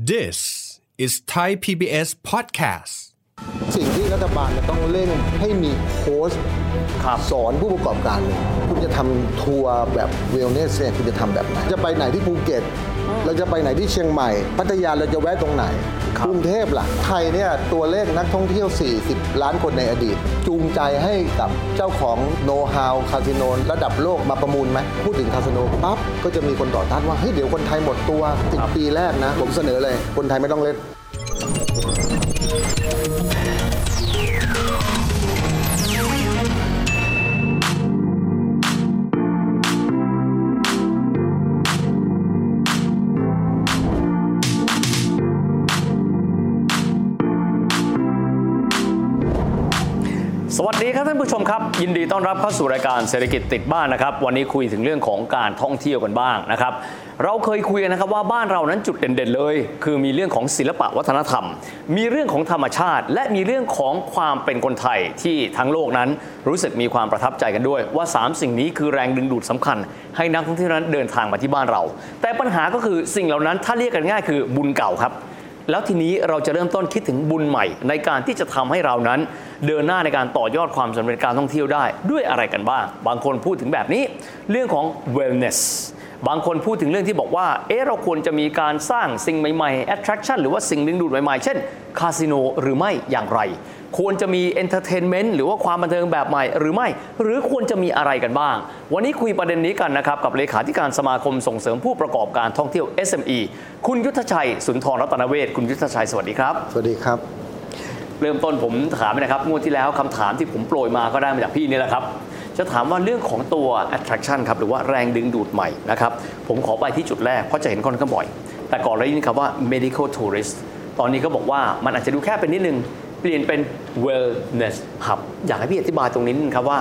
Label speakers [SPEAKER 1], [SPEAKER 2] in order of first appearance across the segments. [SPEAKER 1] This is Thai PBS Podcast.
[SPEAKER 2] สิ่งที่รัฐบาลจะต้องเร่งให้มีโค้ชสอนผู้ประกอบการเลยคุณจะทำทัวร์แบบเวลเนสเนี่ยคุณจะทำแบบไหน จะไปไหนที่ภูเก็ต เราจะไปไหนที่เชียงใหม่ พัทยาเราจะแวะตรงไหน กรุงเทพล่ะ ไทยเนี่ยตัวเลขนักท่องเที่ยว 40 ล้านคนในอดีต จูงใจให้กับเจ้าของโน w h าวคาสิโนระดับโลกมาประมูลไหมพูดถึงคาสิโนปั๊บก็จะมีคนต่อต้านว่าเฮ้ยเดี๋ยวคนไทยหมดตัวสิบปีแรกนะ ผมเสนอเลย คนไทยไม่ต้องเล่น
[SPEAKER 3] สวัสดีครับท่านผู้ชมครับ ยินดีต้อนรับเข้าสู่รายการเศรษฐกิจติดบ้านนะครับ วันนี้คุยถึงเรื่องของการท่องเที่ยวกันบ้างนะครับ เราเคยคุยกันนะครับว่าบ้านเรานั้นจุดเด่นๆเลย คือมีเรื่องของศิลปะวัฒนธรรม มีเรื่องของธรรมชาติ และมีเรื่องของความเป็นคนไทยที่ทั้งโลกนั้นรู้สึกมีความประทับใจกันด้วย ว่าสามสิ่งนี้คือแรงดึงดูดสำคัญ ให้นักท่องเที่ยวนั้นเดินทางมาที่บ้านเรา แต่ปัญหาก็คือสิ่งเหล่านั้นถ้าเรียกกันง่ายคือบุญเก่าครับ แล้วทีนี้เราจะเริ่มต้นคิดถึงบุญใหม่ ในการที่จะทำให้เรานั้น เดินหน้าในการต่อยอดความสำเร็จการท่องเที่ยวได้ ด้วยอะไรกันบ้าง บางคนพูดถึงแบบนี้ เรื่องของ wellness บางคนพูดถึงเรื่องที่บอกว่า เอ๊ะเราควรจะมีการสร้างสิ่งใหม่ๆ attraction หรือว่าสิ่งดึงดูดใหม่ๆ เช่นคาสิโนหรือไม่อย่างไร ควรจะมี entertainment หรือว่าความบันเทิงแบบใหม่หรือไม่ หรือควรจะมีอะไรกันบ้าง วันนี้คุยประเด็นนี้กันนะครับ กับเลขาธิการสมาคมส่งเสริมผู้ประกอบการท่องเที่ยว SME คุณยุทธชัย สุนทรรัตนเวชคุณยุทธชัย สวัสดีครับ
[SPEAKER 2] สวัสดีครับ
[SPEAKER 3] เริ่มต้นผมถามนะครับงวดที่แล้วคำถามที่ผมโปรยมาก็ได้มาจากพี่นี่แหละครับ จะถามว่าเรื่องของตัว attraction ครับหรือว่าแรงดึงดูดใหม่นะครับ ผมขอไปที่จุดแรก เพราะจะเห็นคนก็บ่อย แต่ก่อนเลยนี่ครับว่า medical tourist ตอนนี้ก็บอกว่ามันอาจจะดูแค่เป็นนิดนึง เปลี่ยนเป็น wellness hub อยากให้พี่อธิบายตรงนี้นิดนึงครับว่า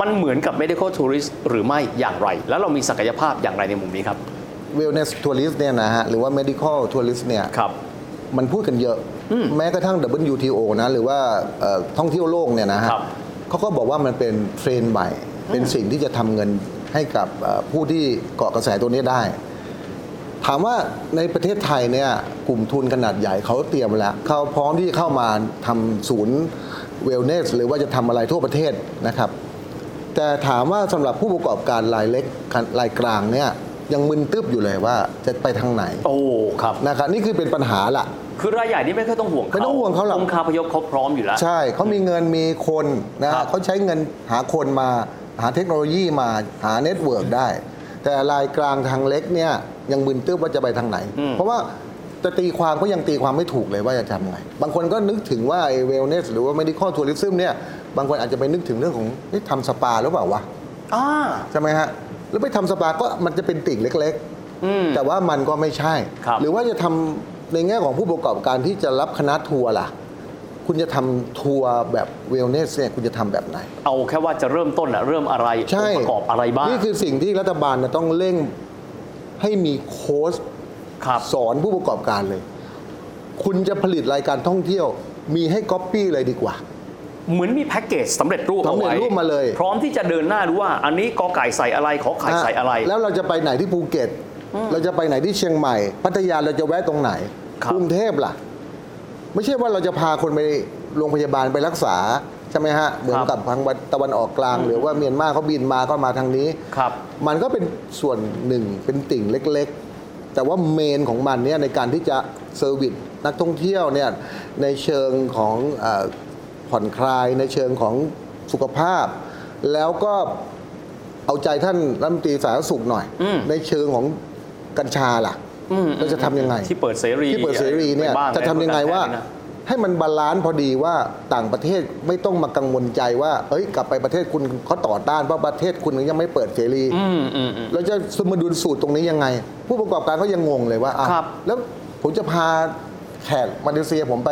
[SPEAKER 3] มันเหมือนกับ medical tourist หรือไม่อย่างไร แล้วเรามีศักยภาพอย่างไรในมุมนี้ครับ
[SPEAKER 2] wellness tourist เนี่ยนะฮะหรือว่า medical tourist เนี่ย
[SPEAKER 3] ครับ
[SPEAKER 2] มันพูดกันเยอะ แม้กระทั่ง WTO นะ หรือว่าเอ่อท่องเที่ยวโลกเนี่ยนะฮะ
[SPEAKER 3] ครับ
[SPEAKER 2] เขาก็บอกว่ามันเป็นเทรนด์ใหม่ เป็นสิ่งที่จะทำเงินให้กับเอ่อผู้ที่เกาะกระแสตัวนี้ได้ ถามว่าในประเทศไทยเนี่ยกลุ่มทุนขนาดใหญ่เขาเตรียมแล้วเขาพร้อมที่จะเข้ามาทำศูนย์เวลเนสหรือว่าจะทำอะไรทั่วประเทศนะครับ แต่ถามว่าสำหรับผู้ประกอบการรายเล็กรายกลางเนี่ยยังมึนตึบอยู่เลยว่าจะไปทางไหน
[SPEAKER 3] โอ้ครับ
[SPEAKER 2] นะครับนี่คือเป็นปัญหาละ
[SPEAKER 3] คือรายใหญ่นี่ไม่ค่อยต้องห่วง
[SPEAKER 2] ไม่ต้องห่วงเขาหรอก
[SPEAKER 3] องค์คาพยพเขาพร้อมอยู่แล้ว
[SPEAKER 2] ใช่เขามีเงินมีคนนะครับ เขาใช้เงินหาคนมาหาเทคโนโลยีมาหาเน็ตเวิร์กได้ แต่รายกลางทางเล็กเนี่ยยังมึนตื้อว่าจะไปทางไหน เพราะว่าจะตีความก็ยังตีความไม่ถูกเลยว่าจะทำไง บางคนก็นึกถึงว่าไอ้เวลเนสหรือว่าไม่ได้ข้อทัวริซึมเนี่ยบางคนอาจจะไปนึกถึงเรื่องของเอ๊ะทำสปาหรือเปล่าวะ
[SPEAKER 3] อ่า
[SPEAKER 2] ใช่ไหมฮะ แล้วไปทำสปาก็มันจะเป็นติ่งเล็ก
[SPEAKER 3] อืม
[SPEAKER 2] แต่ว่ามันก็ไม่ใช่
[SPEAKER 3] ครับ
[SPEAKER 2] หรือว่าจะทำในแง่ของผู้ประกอบการที่จะรับคณะทัวร์ล่ะ คุณจะทำทัวร์แบบเวลเนสเนี่ยคุณจะทำแบบไหน
[SPEAKER 3] เอาแค่ว่าจะเริ่มต้นอะเริ่มอะไร
[SPEAKER 2] ใช่
[SPEAKER 3] องค์ประกอบอะไรบ้าง
[SPEAKER 2] นี่คือสิ่งที่รัฐบาลน่ะต้องเร่งให้มีโค้ช
[SPEAKER 3] ครับ
[SPEAKER 2] สอนผู้ประกอบการเลย คุณจะผลิตรายการท่องเที่ยว มีให้ก๊อปปี้เลยดีกว่า
[SPEAKER 3] เหมือนมีแพ็กเกจสำเร็จรูป
[SPEAKER 2] สำ
[SPEAKER 3] เอา
[SPEAKER 2] เร็จ
[SPEAKER 3] ไว้
[SPEAKER 2] รูปมาเลย
[SPEAKER 3] พร้อมที่จะเดินหน้าดูว่า อันนี้กอไก่ใส่อะไรขอไข่ใส่อะไร
[SPEAKER 2] แล้วเราจะไปไหนที่ภูเก็ต เราจะไปไหนที่เชียงใหม่ พัทยาเราจะแวะตรงไหน
[SPEAKER 3] ครับ
[SPEAKER 2] กรุงเทพล่ะ ไม่ใช่ว่าเราจะพาคนไปโรงพยาบาลไปรักษา ใช่ไหมฮะ เหมือนกับทางตะวันออกกลาง หรือว่าเมียนมาเขาบินมาก็มาทางนี้
[SPEAKER 3] ครับ
[SPEAKER 2] มันก็เป็นส่วนหนึ่งเป็นติ่งเล็กๆ แต่ว่าเมนของมันเนี่ยในการที่จะเซอร์วิสนักท่องเที่ยวเนี่ยในเชิงของเออผ่อนคลายในเชิงของสุขภาพ แล้วก็เอาใจท่านรัฐมนตรีสาธารณสุขหน่อย
[SPEAKER 3] อืม
[SPEAKER 2] ในเชิงของกัญชาล่ะ
[SPEAKER 3] อืม
[SPEAKER 2] เราจะทำยังไง
[SPEAKER 3] ที่เปิดเสรี
[SPEAKER 2] ที่เปิดเสรีเนี่ย
[SPEAKER 3] ปบ้า
[SPEAKER 2] จะทำยังไงว่า
[SPEAKER 3] ในประกศ
[SPEAKER 2] ให้มันบาลานซ์พอดีว่าต่างประเทศไม่ต้องมากังวลใจว่าเอ้ยกลับไปประเทศคุณเขาต่อต้านเพราะประเทศคุณยังไม่เปิดเสรี
[SPEAKER 3] อืมอืมอืม
[SPEAKER 2] เราจะสมดุลสูตรตรงนี้ยังไง ผู้ประกอบการก็ยังงงเลยว่าอ้าว
[SPEAKER 3] ครับ
[SPEAKER 2] แล้วผมจะพาแขกมาเลเซียผมไป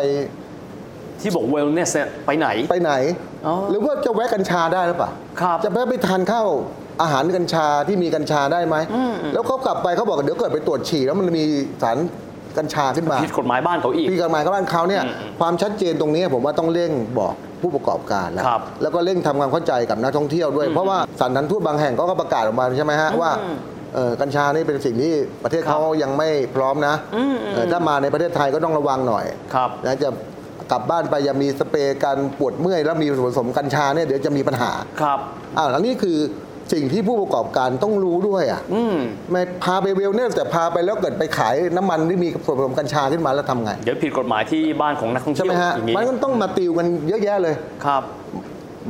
[SPEAKER 3] ที่บอกเวลเนสไปไหน
[SPEAKER 2] ไปไหน
[SPEAKER 3] อ๋อ
[SPEAKER 2] หรือว่าจะแวะกัญชาได้หรือเปล่า
[SPEAKER 3] ครับ
[SPEAKER 2] จะแวะไปทานข้าวอาหารกัญชาที่มีกัญชาได้ไหมแล้วเขากลับไปเขาบอกเดี๋ยวเกิดไปตรวจฉี่แล้วมันมีสารกัญชาขึ้นมา
[SPEAKER 3] ผิดกฎหมายบ้านเขาอีก
[SPEAKER 2] ปีกฎหมายเขาบ้านเขาเนี่ยความชัดเจนตรงนี้ผมว่าต้องเร่งบอกผู้ประกอบการแล้ว
[SPEAKER 3] ครับ
[SPEAKER 2] แล้วก็เร่งทำความเข้าใจกับนักท่องเที่ยวด้วย เพราะว่าสถานทูตบางแห่งก็ประกาศออกมาใช่ไหมฮะว่า เอ่อกัญชานี่เป็นสิ่งที่ประเทศเขายังไม่พร้อมนะเอ่อถ้ามาในประเทศไทยก็ต้องระวังหน่อย
[SPEAKER 3] ครับ
[SPEAKER 2] นะจะกลับบ้านไปอย่ามีสเปรย์การปวดเมื่อย แล้วมีส่วนผสมกัญชาเนี่ยเดี๋ยวจะมีปัญหา
[SPEAKER 3] ครับ
[SPEAKER 2] อ้าวแล้วนี่คือสิ่งที่ผู้ประกอบการต้องรู้ด้วยอ่ะ
[SPEAKER 3] อืม
[SPEAKER 2] ไม่พาไปเวลเนสแต่พาไปแล้วเกิดไปขายน้ำมันที่มีส่วนผสมกัญชาขึ้นมาแล้วทำไง
[SPEAKER 3] เดี๋ยวผิดกฎหมายที่บ้านของนักท่อง
[SPEAKER 2] ใช่
[SPEAKER 3] เที่ย
[SPEAKER 2] ไห
[SPEAKER 3] ว
[SPEAKER 2] มฮะ
[SPEAKER 3] อย่างนี้
[SPEAKER 2] มันก็ต้องมาติวกันเยอะแยะเลย
[SPEAKER 3] ครับ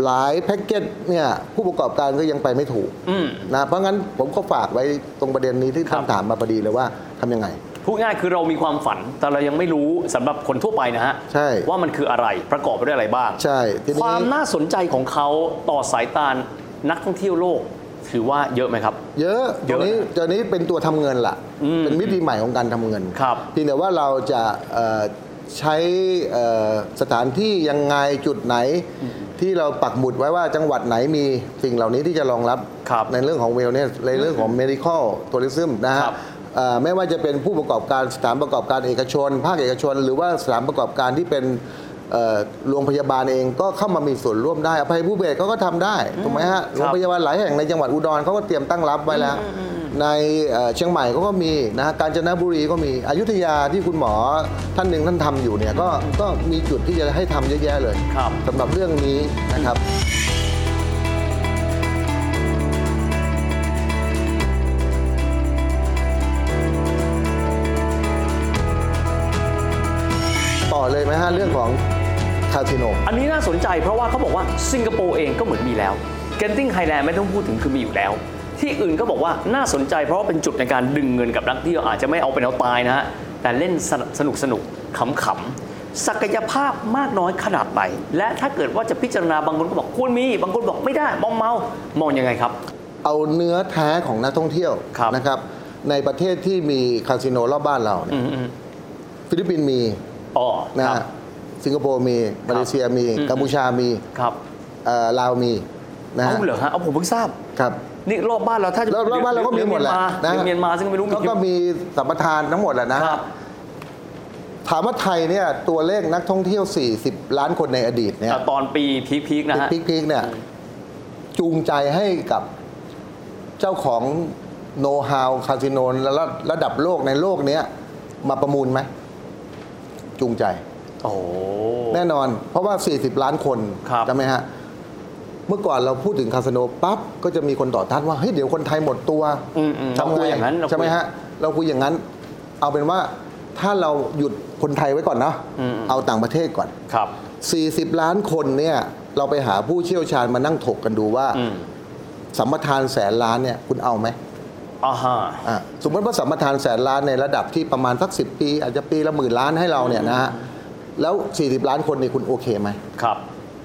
[SPEAKER 2] หลายแพ็กเกจเนี่ยผู้ประกอบการก็ยังไปไม่ถูก
[SPEAKER 3] อืม
[SPEAKER 2] นะเพราะงั้นผมก็ฝากไว้ตรงประเด็นนี้ที่
[SPEAKER 3] ครับ
[SPEAKER 2] คำถามมาพอดีเลยว่าทำยังไง
[SPEAKER 3] พูดง่ายคือเรามีความฝันแต่เรายังไม่รู้สำหรับคนทั่วไปนะฮะ
[SPEAKER 2] ใช่
[SPEAKER 3] ว่ามันคืออะไรประกอบไปด้วยอะไรบ้าง
[SPEAKER 2] ใช่ที
[SPEAKER 3] ค
[SPEAKER 2] นี้
[SPEAKER 3] วามน่าสนใจของเขาต่อสายตานักท่องเที่ยวโลก ถือว่าเยอะไหมครับ
[SPEAKER 2] เยอะ
[SPEAKER 3] เย
[SPEAKER 2] ตร
[SPEAKER 3] อะ
[SPEAKER 2] งนี้ตอนนี้เป็นตัวทำเงินล่ะ
[SPEAKER 3] อืม
[SPEAKER 2] เป็นมิติใหม่ของการทำเงิน
[SPEAKER 3] ครับ
[SPEAKER 2] เพียงแต่ว่าเราจะเอ่อใช้เอ่อสถานที่ยังไงจุดไหน ที่เราปักหมุดไว้ว่าจังหวัดไหนมีสิ่งเหล่านี้ที่จะรองรับ
[SPEAKER 3] ครับ
[SPEAKER 2] ในเรื่องของเวลเนสในเรื่องของ medical tourism นะฮะ นะ
[SPEAKER 3] ค
[SPEAKER 2] ฮะ
[SPEAKER 3] รับ
[SPEAKER 2] เอ่อไม่ว่าจะเป็นผู้ประกอบการสถานประกอบการเอกชน ภาคเอกชน หรือว่าสถานประกอบการที่เป็นเอ่อโรงพยาบาลเองก็เข้ามามีส่วนร่วมได้อภัยผู้เบรกเขาก็ทำได้ถูกไหมฮะโรงพยาบาลหลายแห่งในจังหวัดอุดรเขาก็เตรียมตั้งรับไว้แล้ว ในเอ่อเชียงใหม่เขาก็มีนะฮะกาญจนบุรีก็มีอยุธยาที่คุณหมอท่านหนึ่งท่านทำอยู่เนี่ยก็ก็มีจุดที่จะให้ทำเยอะแยะเลย
[SPEAKER 3] ครับ
[SPEAKER 2] สำหรับเรื่องนี้นะครับ ต่อเลยไหมฮะเรื่องของคาสิโน
[SPEAKER 3] อันนี้น่าสนใจเพราะว่าเขาบอกว่าสิงคโปร์เองก็เหมือนมีแล้วเกนติ n งไ h แลนด์ไม่ต้องพูดถึงคือมีอยู่แล้ว ที่อื่นก็บอกว่าน่าสนใจเพราะว่าเป็นจุดในการดึงเงินกับนักท่องเที่ยวอาจจะไม่เอาเป็นเอาตายนะฮะ แต่เล่นสนุกสนุกๆขำๆ ศักยภาพมากน้อยขนาดไหนและถ้าเกิดว่าจะพิจารณาบางคนก็บอกควรมี บางคนบอกไม่ได้มองเมามองยังไงครับ
[SPEAKER 2] เอาเนื้อแท้ของนักท่องเที่ยว
[SPEAKER 3] ครับ
[SPEAKER 2] นะครับ ในประเทศที่มีคาสิโนรอบบ้านเราเนี่ยฟิลิปปินส์มี
[SPEAKER 3] อ๋อ
[SPEAKER 2] นะครับ ฮะสิงคโปร์มีมาเลเซียมี
[SPEAKER 3] อืม
[SPEAKER 2] กัมพูชามี
[SPEAKER 3] ครับ
[SPEAKER 2] เอ่อลาวมีนะ
[SPEAKER 3] เอา
[SPEAKER 2] ฮะ
[SPEAKER 3] เหรอฮะเอาผมเพิ่งทราบ
[SPEAKER 2] ครับ
[SPEAKER 3] นี่รอบบ้านเราถ้าจะ
[SPEAKER 2] แล้วรอบบ้านเราก็มีหมดแหละนะ
[SPEAKER 3] เดี๋ยวเมียนมาซึ่งไม่รู้
[SPEAKER 2] ก็ก็มีสัมปทานทั้งหมดแหละนะฮะ
[SPEAKER 3] ครับ
[SPEAKER 2] ถามว่าไทยเนี่ยตัวเลขนักท่องเที่ยว 40 ล้านคนในอดีตเนี่ย
[SPEAKER 3] แต่ตอนปีพีคๆนะฮะ
[SPEAKER 2] พิกๆเนี่ยจูงใจให้กับเจ้าของโน w ฮาวคาสิโนระดับระดับโลกในโลกเนี้ยมาประมูลไหมจูงใจ
[SPEAKER 3] โอ้โห
[SPEAKER 2] แน่นอน เพราะว่า 40 ล้านคน
[SPEAKER 3] ครับ
[SPEAKER 2] ใช่ไหมฮะ เมื่อก่อนเราพูดถึงคาสิโนปั๊บ ก็จะมีคนต่อต้านว่า เฮ้ย เดี๋ยวคนไทยหมดตัว
[SPEAKER 3] อืมอืมเราคุยอย่างนั้นเราคุย
[SPEAKER 2] ใช่ไหมฮะเราคุยอย่างนั้น เอาเป็นว่าถ้าเราหยุดคนไทยไว้ก่อนเนาะ
[SPEAKER 3] อืมอืม
[SPEAKER 2] เอาต่างประเทศก่อน
[SPEAKER 3] ครับ
[SPEAKER 2] 40 ล้านคนเนี่ยเราไปหาผู้เชี่ยวชาญมานั่งถกกันดูว่า
[SPEAKER 3] อืม
[SPEAKER 2] สัมปทานแสนล้านเนี่ยคุณเอาไหม
[SPEAKER 3] อ่าฮะ
[SPEAKER 2] อ่ะสมมติว่าสัมปทานแสนล้านในระดับที่ประมาณสักสิปี อาจจะปีละหมื่นล้านให้เราเนี่ยนะฮะแล้ว 40 ล้านคนเนี่ยคุณโอเคไหม
[SPEAKER 3] ครับ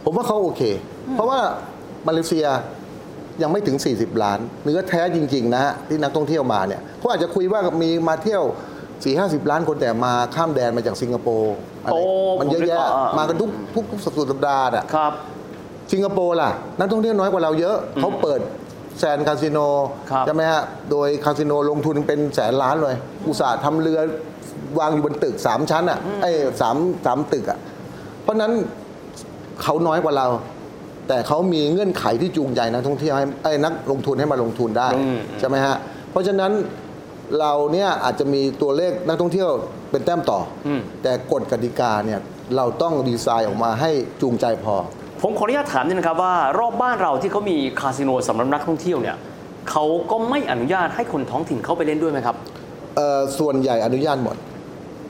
[SPEAKER 2] ผมว่าเขาโอเค เพราะว่ามาเลเซียยังไม่ถึง 40 ล้าน เนื้อแท้จริง ๆ นะฮะที่นักท่องเที่ยวมาเนี่ยเขาอาจจะคุยว่ามีมาเที่ยว4 5 0 ล้านคนแต่มาข้ามแดนมาจากสิงคโปร์อะไร
[SPEAKER 3] โอ้
[SPEAKER 2] มันเยอะแยะ
[SPEAKER 3] ผมนึกออกอ่ะ
[SPEAKER 2] มากันทุกทุกทุกสัปดาห์อ่ะ
[SPEAKER 3] ครับ
[SPEAKER 2] สิงคโปร์ล่ะ นักท่องเที่ยวน้อยกว่าเราเยอะ เขาเปิดแซนคาสิโน
[SPEAKER 3] ครับ
[SPEAKER 2] ใช่ไหมฮะ โดยคาสิโนลงทุนเป็นแสนล้านเลย อุตสาห์ทำเรือวางอยู่บนตึกสามชั้นอ่ะไอ้สามสามตึกอ่ะ เพราะฉะนั้นเขาน้อยกว่าเรา แต่เขามีเงื่อนไขที่จูงใจนักท่องเที่ยวให้ไอ้ยนักลงทุนให้มาลงทุนได้
[SPEAKER 3] อืม
[SPEAKER 2] ใช่ไหมฮะ เพราะฉะนั้นเราเนี่ยอาจจะมีตัวเลขนักท่องเที่ยวเป็นแต้มต่ออแต่กฎกติกาเนี่ยเราต้องดีไซน์ออกมาให้จูงใจพอ
[SPEAKER 3] ผมขออนุญาตถามนิดนะครับว่ารอบบ้านเราที่เขามีคาสิโนสำหรับนักท่องเที่ยวเนี่ยเขาก็ไม่อนุญาตให้คนท้องถิ่นเข้าไปเล่นด้วยไหมครับ
[SPEAKER 2] เอ่อส่วนใหญ่อนุญาตหมด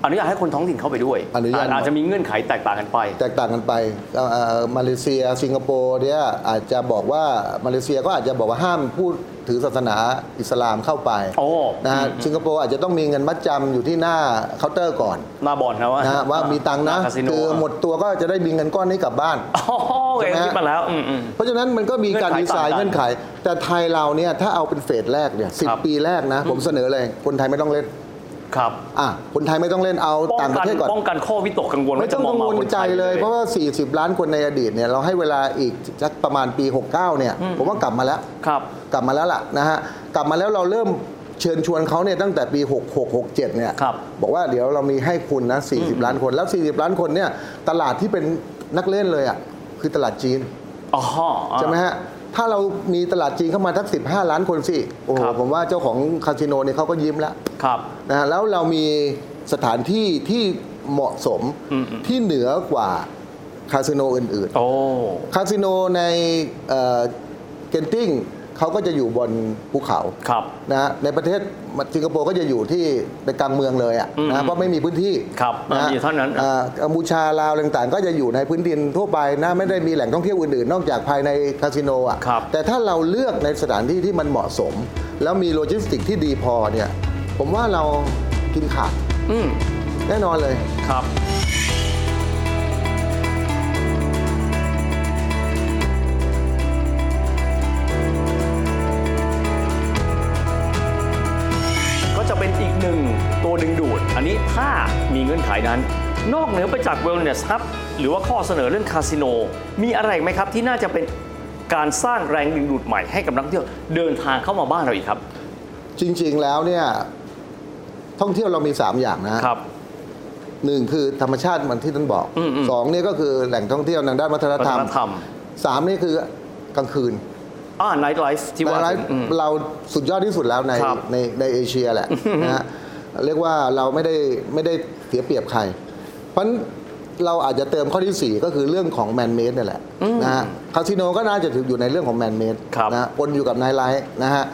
[SPEAKER 3] อนุญาตให้คนท้องถิ่นเข้าไปด้วย
[SPEAKER 2] อนุญาต
[SPEAKER 3] จจะมีเงื่อนไขแตกต่างกันไป
[SPEAKER 2] แตกต่างกันไปเอ่อเอ่อมาเลเซีย สิงคโปร์เนี่ยอาจจะบอกว่ามาเลเซียก็อาจจะบอกว่าห้ามพูดถือศาสนาอิสลามเข้าไป
[SPEAKER 3] โอ้
[SPEAKER 2] นะฮะสิงคโปร์อาจจะต้องมีเงินมัดจำอยู่ที่หน้าเคาน์เตอร์ก่อน
[SPEAKER 3] หน้าบอลนะว่า
[SPEAKER 2] นะฮะว่ามีตังค์นะ
[SPEAKER 3] หาคาสิโน
[SPEAKER 2] คือหมดตัวก็จะได้มีเงินก้อนนี้กลับบ้าน
[SPEAKER 3] โอ้โห
[SPEAKER 2] ใช่
[SPEAKER 3] เอ็
[SPEAKER 2] ไหมฮะ
[SPEAKER 3] คิดมาแล้วอืมอืม
[SPEAKER 2] เพราะฉะนั้นมันก็มีการ
[SPEAKER 3] เงื่
[SPEAKER 2] ดี
[SPEAKER 3] อนไข
[SPEAKER 2] ไซน์
[SPEAKER 3] ต่างๆ
[SPEAKER 2] เงื่อนไข แต่ไทยเราเนี่ยถ้าเอาเป็นเฟสแรกเนี่ยสิ
[SPEAKER 3] ครับ
[SPEAKER 2] ปีแรกนะ ผมเสนอเลยคนไทยไม่ต้องเล่น
[SPEAKER 3] ครับ
[SPEAKER 2] อ่ะคนไทยไม่ต้องเล่นเอา
[SPEAKER 3] ป้อง
[SPEAKER 2] ต่างป
[SPEAKER 3] กั
[SPEAKER 2] ระ
[SPEAKER 3] น
[SPEAKER 2] เทศก่อน
[SPEAKER 3] ป้องกันข้อวิตกกังวล
[SPEAKER 2] ไม่
[SPEAKER 3] ว่า
[SPEAKER 2] ต้
[SPEAKER 3] จะ
[SPEAKER 2] อง
[SPEAKER 3] มอ
[SPEAKER 2] กั
[SPEAKER 3] ง
[SPEAKER 2] ง
[SPEAKER 3] มาว
[SPEAKER 2] ล
[SPEAKER 3] คน
[SPEAKER 2] ใจ
[SPEAKER 3] ไทย
[SPEAKER 2] เลย เพราะว่า 40 ล้านคนในอดีตเนี่ยเราให้เวลาอีกสักประมาณปี 69 เนี่ย ผมว่ากลับมาแล้ว
[SPEAKER 3] ครับ
[SPEAKER 2] กลับมาแล้วล่ะนะฮะ กลับมาแล้วเราเริ่มเชิญชวนเขาเนี่ยตั้งแต่ปี 66 67 เนี่ย
[SPEAKER 3] ครับ
[SPEAKER 2] อกว่าเดี๋ยวเรามีให้คุณนะ 40 ล้านคน แล้ว 40 ล้านคนเนี่ยตลาดที่เป็นนักเล่นเลยอ่ะคือตลาดจีน
[SPEAKER 3] อ๋อ
[SPEAKER 2] ใช่ไหมฮะ ถ้าเรามีตลาดจีนเข้ามาทัก 15 ล้านคนสิโอ้โห
[SPEAKER 3] ครับ
[SPEAKER 2] ผมว่าเจ้าของคาสิโนเนี่ยเขาก็ยิ้มแล้ว
[SPEAKER 3] ครับ
[SPEAKER 2] นะฮะแล้วเรามีสถานที่ที่เหมาะสม
[SPEAKER 3] อืมอืม
[SPEAKER 2] ที่เหนือกว่าคาสิโนอื่น
[SPEAKER 3] โอ้
[SPEAKER 2] ๆ คาสิโนในเอ่อเกนติ้งเขาก็จะอยู่บนภูเขา
[SPEAKER 3] ครับ
[SPEAKER 2] นะฮะในประเทศสิงคโปร์ก็จะอยู่ที่ในกลางเมืองเลยอะ
[SPEAKER 3] อืม
[SPEAKER 2] นะฮะเพราะไม่มีพื้นที่
[SPEAKER 3] ครับ
[SPEAKER 2] นะฮะ
[SPEAKER 3] มีเท่านั้น
[SPEAKER 2] อ่ากัมพูชาลาวอะไรต่างๆ ก็จะอยู่ในพื้นดินทั่วไปนะไม่ได้มีแหล่งท่องเที่ยวอื่นๆ นอกจากภายในคาสิโนอะ
[SPEAKER 3] ครับ
[SPEAKER 2] แต่ถ้าเราเลือกในสถานที่ที่มันเหมาะสม แล้วมีโลจิสติกที่ดีพอเนี่ยผมว่าเรากินขาด
[SPEAKER 3] อืม
[SPEAKER 2] แน่นอนเลย
[SPEAKER 3] ครับ ก็จะเป็นอีกหนึ่งตัวดึงดูด อันนี้ถ้ามีเงื่อนไขนั้น นอกเหนือไปจาก Wellness Hub หรือว่าข้อเสนอเรื่องคาสิโน มีอะไรไหมครับที่น่าจะเป็นการสร้างแรงดึงดูดใหม่ให้กับนักท่องเที่ยวเดินทางเข้ามาบ้านเราอีกครับ
[SPEAKER 2] จริงๆแล้วเนี่ยท่องเที่ยวเรามี 3 อย่างนะฮะ
[SPEAKER 3] ครับ
[SPEAKER 2] หนึ่งคือธรรมชาติเหมือนที่ท่านบอก
[SPEAKER 3] อืมๆ
[SPEAKER 2] สองเนี่ยก็คือแหล่งท่องเที่ยวทางด้านวัฒน
[SPEAKER 3] วั
[SPEAKER 2] ธร
[SPEAKER 3] ฒ
[SPEAKER 2] รม
[SPEAKER 3] นธรรม
[SPEAKER 2] สามนี่คือกลางคืน
[SPEAKER 3] อ่า night life ที่ว่า
[SPEAKER 2] แต่ละ
[SPEAKER 3] ถึงอืม
[SPEAKER 2] เราสุดยอดที่สุดแล้วใน
[SPEAKER 3] ครับ
[SPEAKER 2] ในในเอเชียแหละนะฮะเรียกว่าเราไม่ได้ไม่ได้เสียเปรียบใคร เพราะฉะนั้นเราอาจจะเติมข้อทีสี่ 4 ก็คือเรื่องของแมนเมดเนี่ยแหละนะฮะคาสิโนก็น่าจะถืออยู่ในเรื่องของแมนเมด
[SPEAKER 3] ครับ
[SPEAKER 2] นะฮะ ปนอยู่กับนายไลท์นะฮะ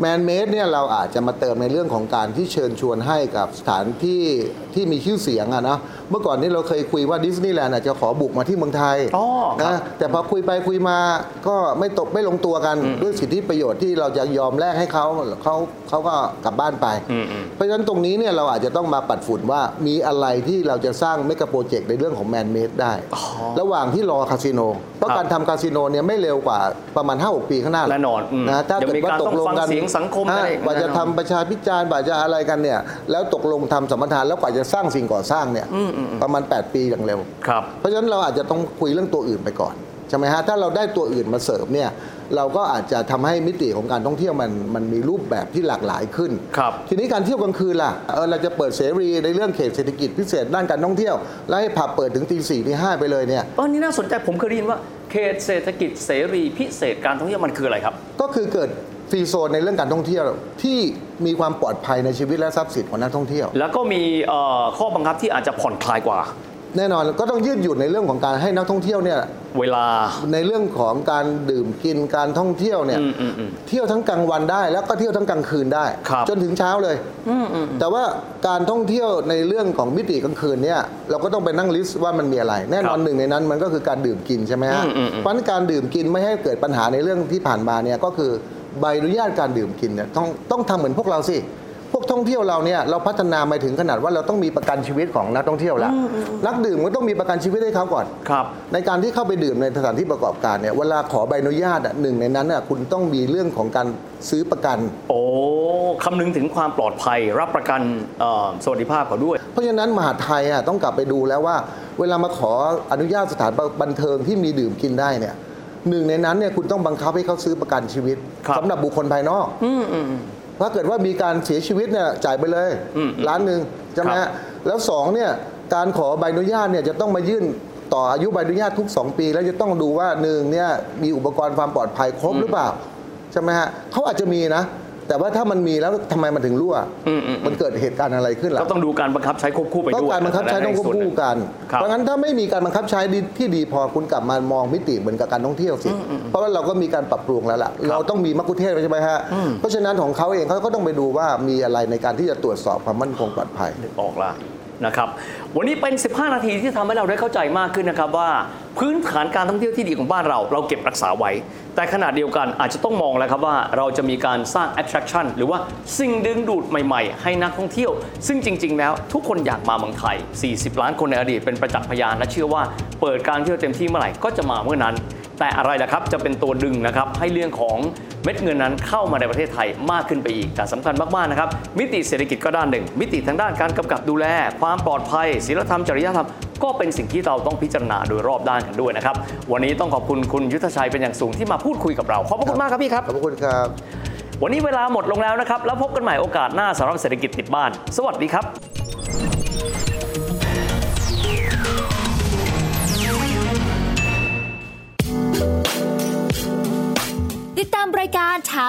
[SPEAKER 2] แมนเมดเนี่ยเราอาจจะมาเติมในเรื่องของการที่เชิญชวนให้กับสถานที่ที่มีชื่อเสียงอะนะเมื่อก่อนนี้เราเคยคุยว่าดิสนีย์แลนด์อาจจะขอบุกมาที่เมืองไทย
[SPEAKER 3] อ๋อครับ
[SPEAKER 2] นะแต่พอคุยไปคุยมาก็ไม่ตกไม่ลงตัวกันด้วยสิทธิประโยชน์ที่เราจะยอมแลกให้เขาเขาเขาก็กลับบ้านไป เพราะฉะนั้นตรงนี้เนี่ยเราอาจจะต้องมาปัดฝุ่นว่ามีอะไรที่เราจะสร้างเมกะโปรเจกต์ในเรื่องของแมนเมดได้ ระหว่างที่รอคาสิโนเพราะ
[SPEAKER 3] ครับ
[SPEAKER 2] การทำคาสิโนเนี่ยไม่เร็วกว่าประมาณ5-6ปีข้างหน้า
[SPEAKER 3] แน่นอนอืม
[SPEAKER 2] นะถ้า
[SPEAKER 3] ยัง
[SPEAKER 2] เกิด
[SPEAKER 3] มี
[SPEAKER 2] ว่า
[SPEAKER 3] การ
[SPEAKER 2] ตกลง
[SPEAKER 3] ต้องฟั
[SPEAKER 2] กัน
[SPEAKER 3] งเสียงสังคมอะไร
[SPEAKER 2] ฮะกว่าจะ
[SPEAKER 3] แน่นอน
[SPEAKER 2] ทำประชาพิจารณ์กว่าจะอะไรกันเนี่ย แล้วตกลงทำสัมปทานแล้วกว่าจะสร้างสิ่งก่อสร้างเนี่ยประมาณ 8 ปีอย่างเร็ว
[SPEAKER 3] ครับ
[SPEAKER 2] เพราะฉะนั้นเราอาจจะต้องคุยเรื่องตัวอื่นไปก่อนใช่ไหมฮะถ้าเราได้ตัวอื่นมาเสริมเนี่ยเราก็อาจจะทำให้มิติของการท่องเที่ยวมันมันมีรูปแบบที่หลากหลายขึ้น
[SPEAKER 3] ครับ
[SPEAKER 2] ทีนี้การเที่ยวกลางคืนล่ะเออเราจะเปิดเสรีในเรื่องเขตเศรษฐกิจพิเศษด้านการท่องเที่ยวและให้ผับเปิดถึงตีสี่ตีห้าไปเลยเนี่ย
[SPEAKER 3] เออนี่น่าสนใจผมเคยได้ยินว่าเขตเศรษฐกิจเสรีพิเศษการท่องเที่ยวมันคืออะไรครับ
[SPEAKER 2] ก็คือเกิดฟรีโซนในเรื่องการท่องเที่ยวที่มีความปลอดภัยในชีวิตและทรัพย์สินของนักท่องเที่ยว
[SPEAKER 3] แล้วก็มีเอ่อข้อบังคับที่อาจจะผ่อนคลายกว่า
[SPEAKER 2] แน่นอนก็ต้องยืดหยุ่นในเรื่องของการให้นักท่องเที่ยวเนี่ย
[SPEAKER 3] เวลา
[SPEAKER 2] ในเรื่องของการดื่มกินการท่องเที่ยวเนี่ย
[SPEAKER 3] อืมอืมอืม
[SPEAKER 2] เที่ยวทั้งกลางวันได้แล้วก็เที่ยวทั้งกลางคืนได้
[SPEAKER 3] ครับ
[SPEAKER 2] จนถึงเช้าเลยแต่ว่าการท่องเที่ยวในเรื่องของมิติกลางคืนเนี่ยเราก็ต้องไปนั่งลิสต์ว่ามันมีอะไร แน่นอน
[SPEAKER 3] ครับ
[SPEAKER 2] หนึ่งในนั้นมันก็คือการดื่มกินใช่ไหมฮะ
[SPEAKER 3] อืมอืมอืม
[SPEAKER 2] เพราะฉะนั้นการดื่มกินไม่ให้เกิดปัญหาในเรื่องที่ผ่านมาเนี่ยก็คือใบอนุญาตการดื่มกินเนี่ยต้องต้องทำเหมือนพวกเราสิ พวกท่องเที่ยวเราเนี่ยเราพัฒนามาถึงขนาดว่าเราต้องมีประกันชีวิตของนักท่องเที่ยวแล้วนักดื่มก็ต้องมีประกันชีวิตให้เขาก่อน
[SPEAKER 3] ครับ
[SPEAKER 2] ในการที่เข้าไปดื่มในสถานที่ประกอบการเนี่ยเวลาขอใบอนุญาตอะหนึ่งในนั้นน่ะคุณต้องมีเรื่องของการซื้อประกัน
[SPEAKER 3] โอ้คำนึงถึงความปลอดภัยรับประกันเอ่อสวัสดิภาพเขาด้วย
[SPEAKER 2] เพราะฉะนั้นมหาดไทยอ่ะต้องกลับไปดูแล้วว่า เวลามาขออนุญาตสถานบันเทิงที่มีดื่มกินได้เนี่ยหนึ่งในนั้นเนี่ยคุณต้องบังคับให้เขาซื้อประกันชีวิต
[SPEAKER 3] ครับ
[SPEAKER 2] สำหรับบุคคลภายนอก
[SPEAKER 3] อืมอืม
[SPEAKER 2] ถ้าเกิดว่ามีการเสียชีวิตเนี่ยจ่ายไปเลย
[SPEAKER 3] อืม
[SPEAKER 2] ล้านหนึ่งใช่ไหม
[SPEAKER 3] ครั
[SPEAKER 2] ฮะ
[SPEAKER 3] บ
[SPEAKER 2] แล้วสองเนี่ยการขอใบอนุญาตเนี่ยจะต้องมายื่นต่ออายุใบอนุญาตทุก 2 ปี แล้วจะต้องดูว่าหนึ่งเนี่ยมีอุปกรณ์ความปลอดภัยครบหรือเปล่าใช่ไหมฮะเขาอาจจะมีนะ แต่ว่าถ้ามันมีแล้วทำไมมันถึงรั่ว
[SPEAKER 3] อืมอืม
[SPEAKER 2] มันเกิดเหตุการณ์อะไรขึ้นล่ะ
[SPEAKER 3] ก็ต้องดูการบังคับใช้ควบคู่ไป
[SPEAKER 2] ต้อง
[SPEAKER 3] ด้วย
[SPEAKER 2] การบังคับใช้ต้องควบ
[SPEAKER 3] ในส่วนห
[SPEAKER 2] คู่
[SPEAKER 3] นึ่
[SPEAKER 2] กัน
[SPEAKER 3] ครับ
[SPEAKER 2] เพราะงั้นถ้าไม่มีการบังคับใช้ดีที่ดีพอคุณกลับมามองมิติเหมือนกับการท่องเที่ยวสิเพราะว่าเราก็มีการปรับปรุงแล้วล่ะเราต้องมีมักคุเทศก์ไว้ใช่ไหมฮะเพราะฉะนั้นของเขาเองเขาก็ต้องไปดูว่ามีอะไรในการที่จะตรวจสอบความมั่นคงปลอดภัย
[SPEAKER 3] ึกออกละนะครับ วันนี้เป็น 15 นาทีที่ทำให้เราได้เข้าใจมากขึ้นนะครับว่าพื้นฐานการท่องเที่ยวที่ดีของบ้านเราเราเก็บรักษาไว้ แต่ขนาดเดียวกันอาจจะต้องมองแล้วครับว่าเราจะมีการสร้าง attraction หรือว่าสิ่งดึงดูดใหม่ๆ ให้นักท่องเที่ยว ซึ่งจริง ๆ แล้วทุกคนอยากมาเมืองไทย 40 ล้านคนในอดีตเป็นประจักษ์พยานและเชื่อว่าเปิดการเที่ยวเต็มที่เมื่อไหร่ก็จะมาเมื่อนั้น แต่อะไรล่ะครับจะเป็นตัวดึงนะครับให้เรื่องของเม็ดเงินนั้นเข้ามาในประเทศไทยมากขึ้นไปอีกแต่สำคัญมากๆนะครับมิติเศรษฐกิจก็ด้านหนึ่ง มิติทางด้านการกำกับดูแล ความปลอดภัยศีลธรรมจริยธรรม ก็เป็นสิ่งที่เราต้องพิจารณาโดยรอบด้านกันด้วยนะครับวันนี้ต้องขอบคุณคุณยุทธชัยเป็นอย่างสูงที่มาพูดคุยกับเราขอบพระคุณมากครับพี่ครับ
[SPEAKER 2] ขอบพระคุณครับ
[SPEAKER 3] วันนี้เวลาหมดลงแล้วนะครับแล้วพบกันใหม่โอกาสหน้าสำหรับเศรษฐกิจติดบ้าน สวัสดีครับ
[SPEAKER 4] Thai า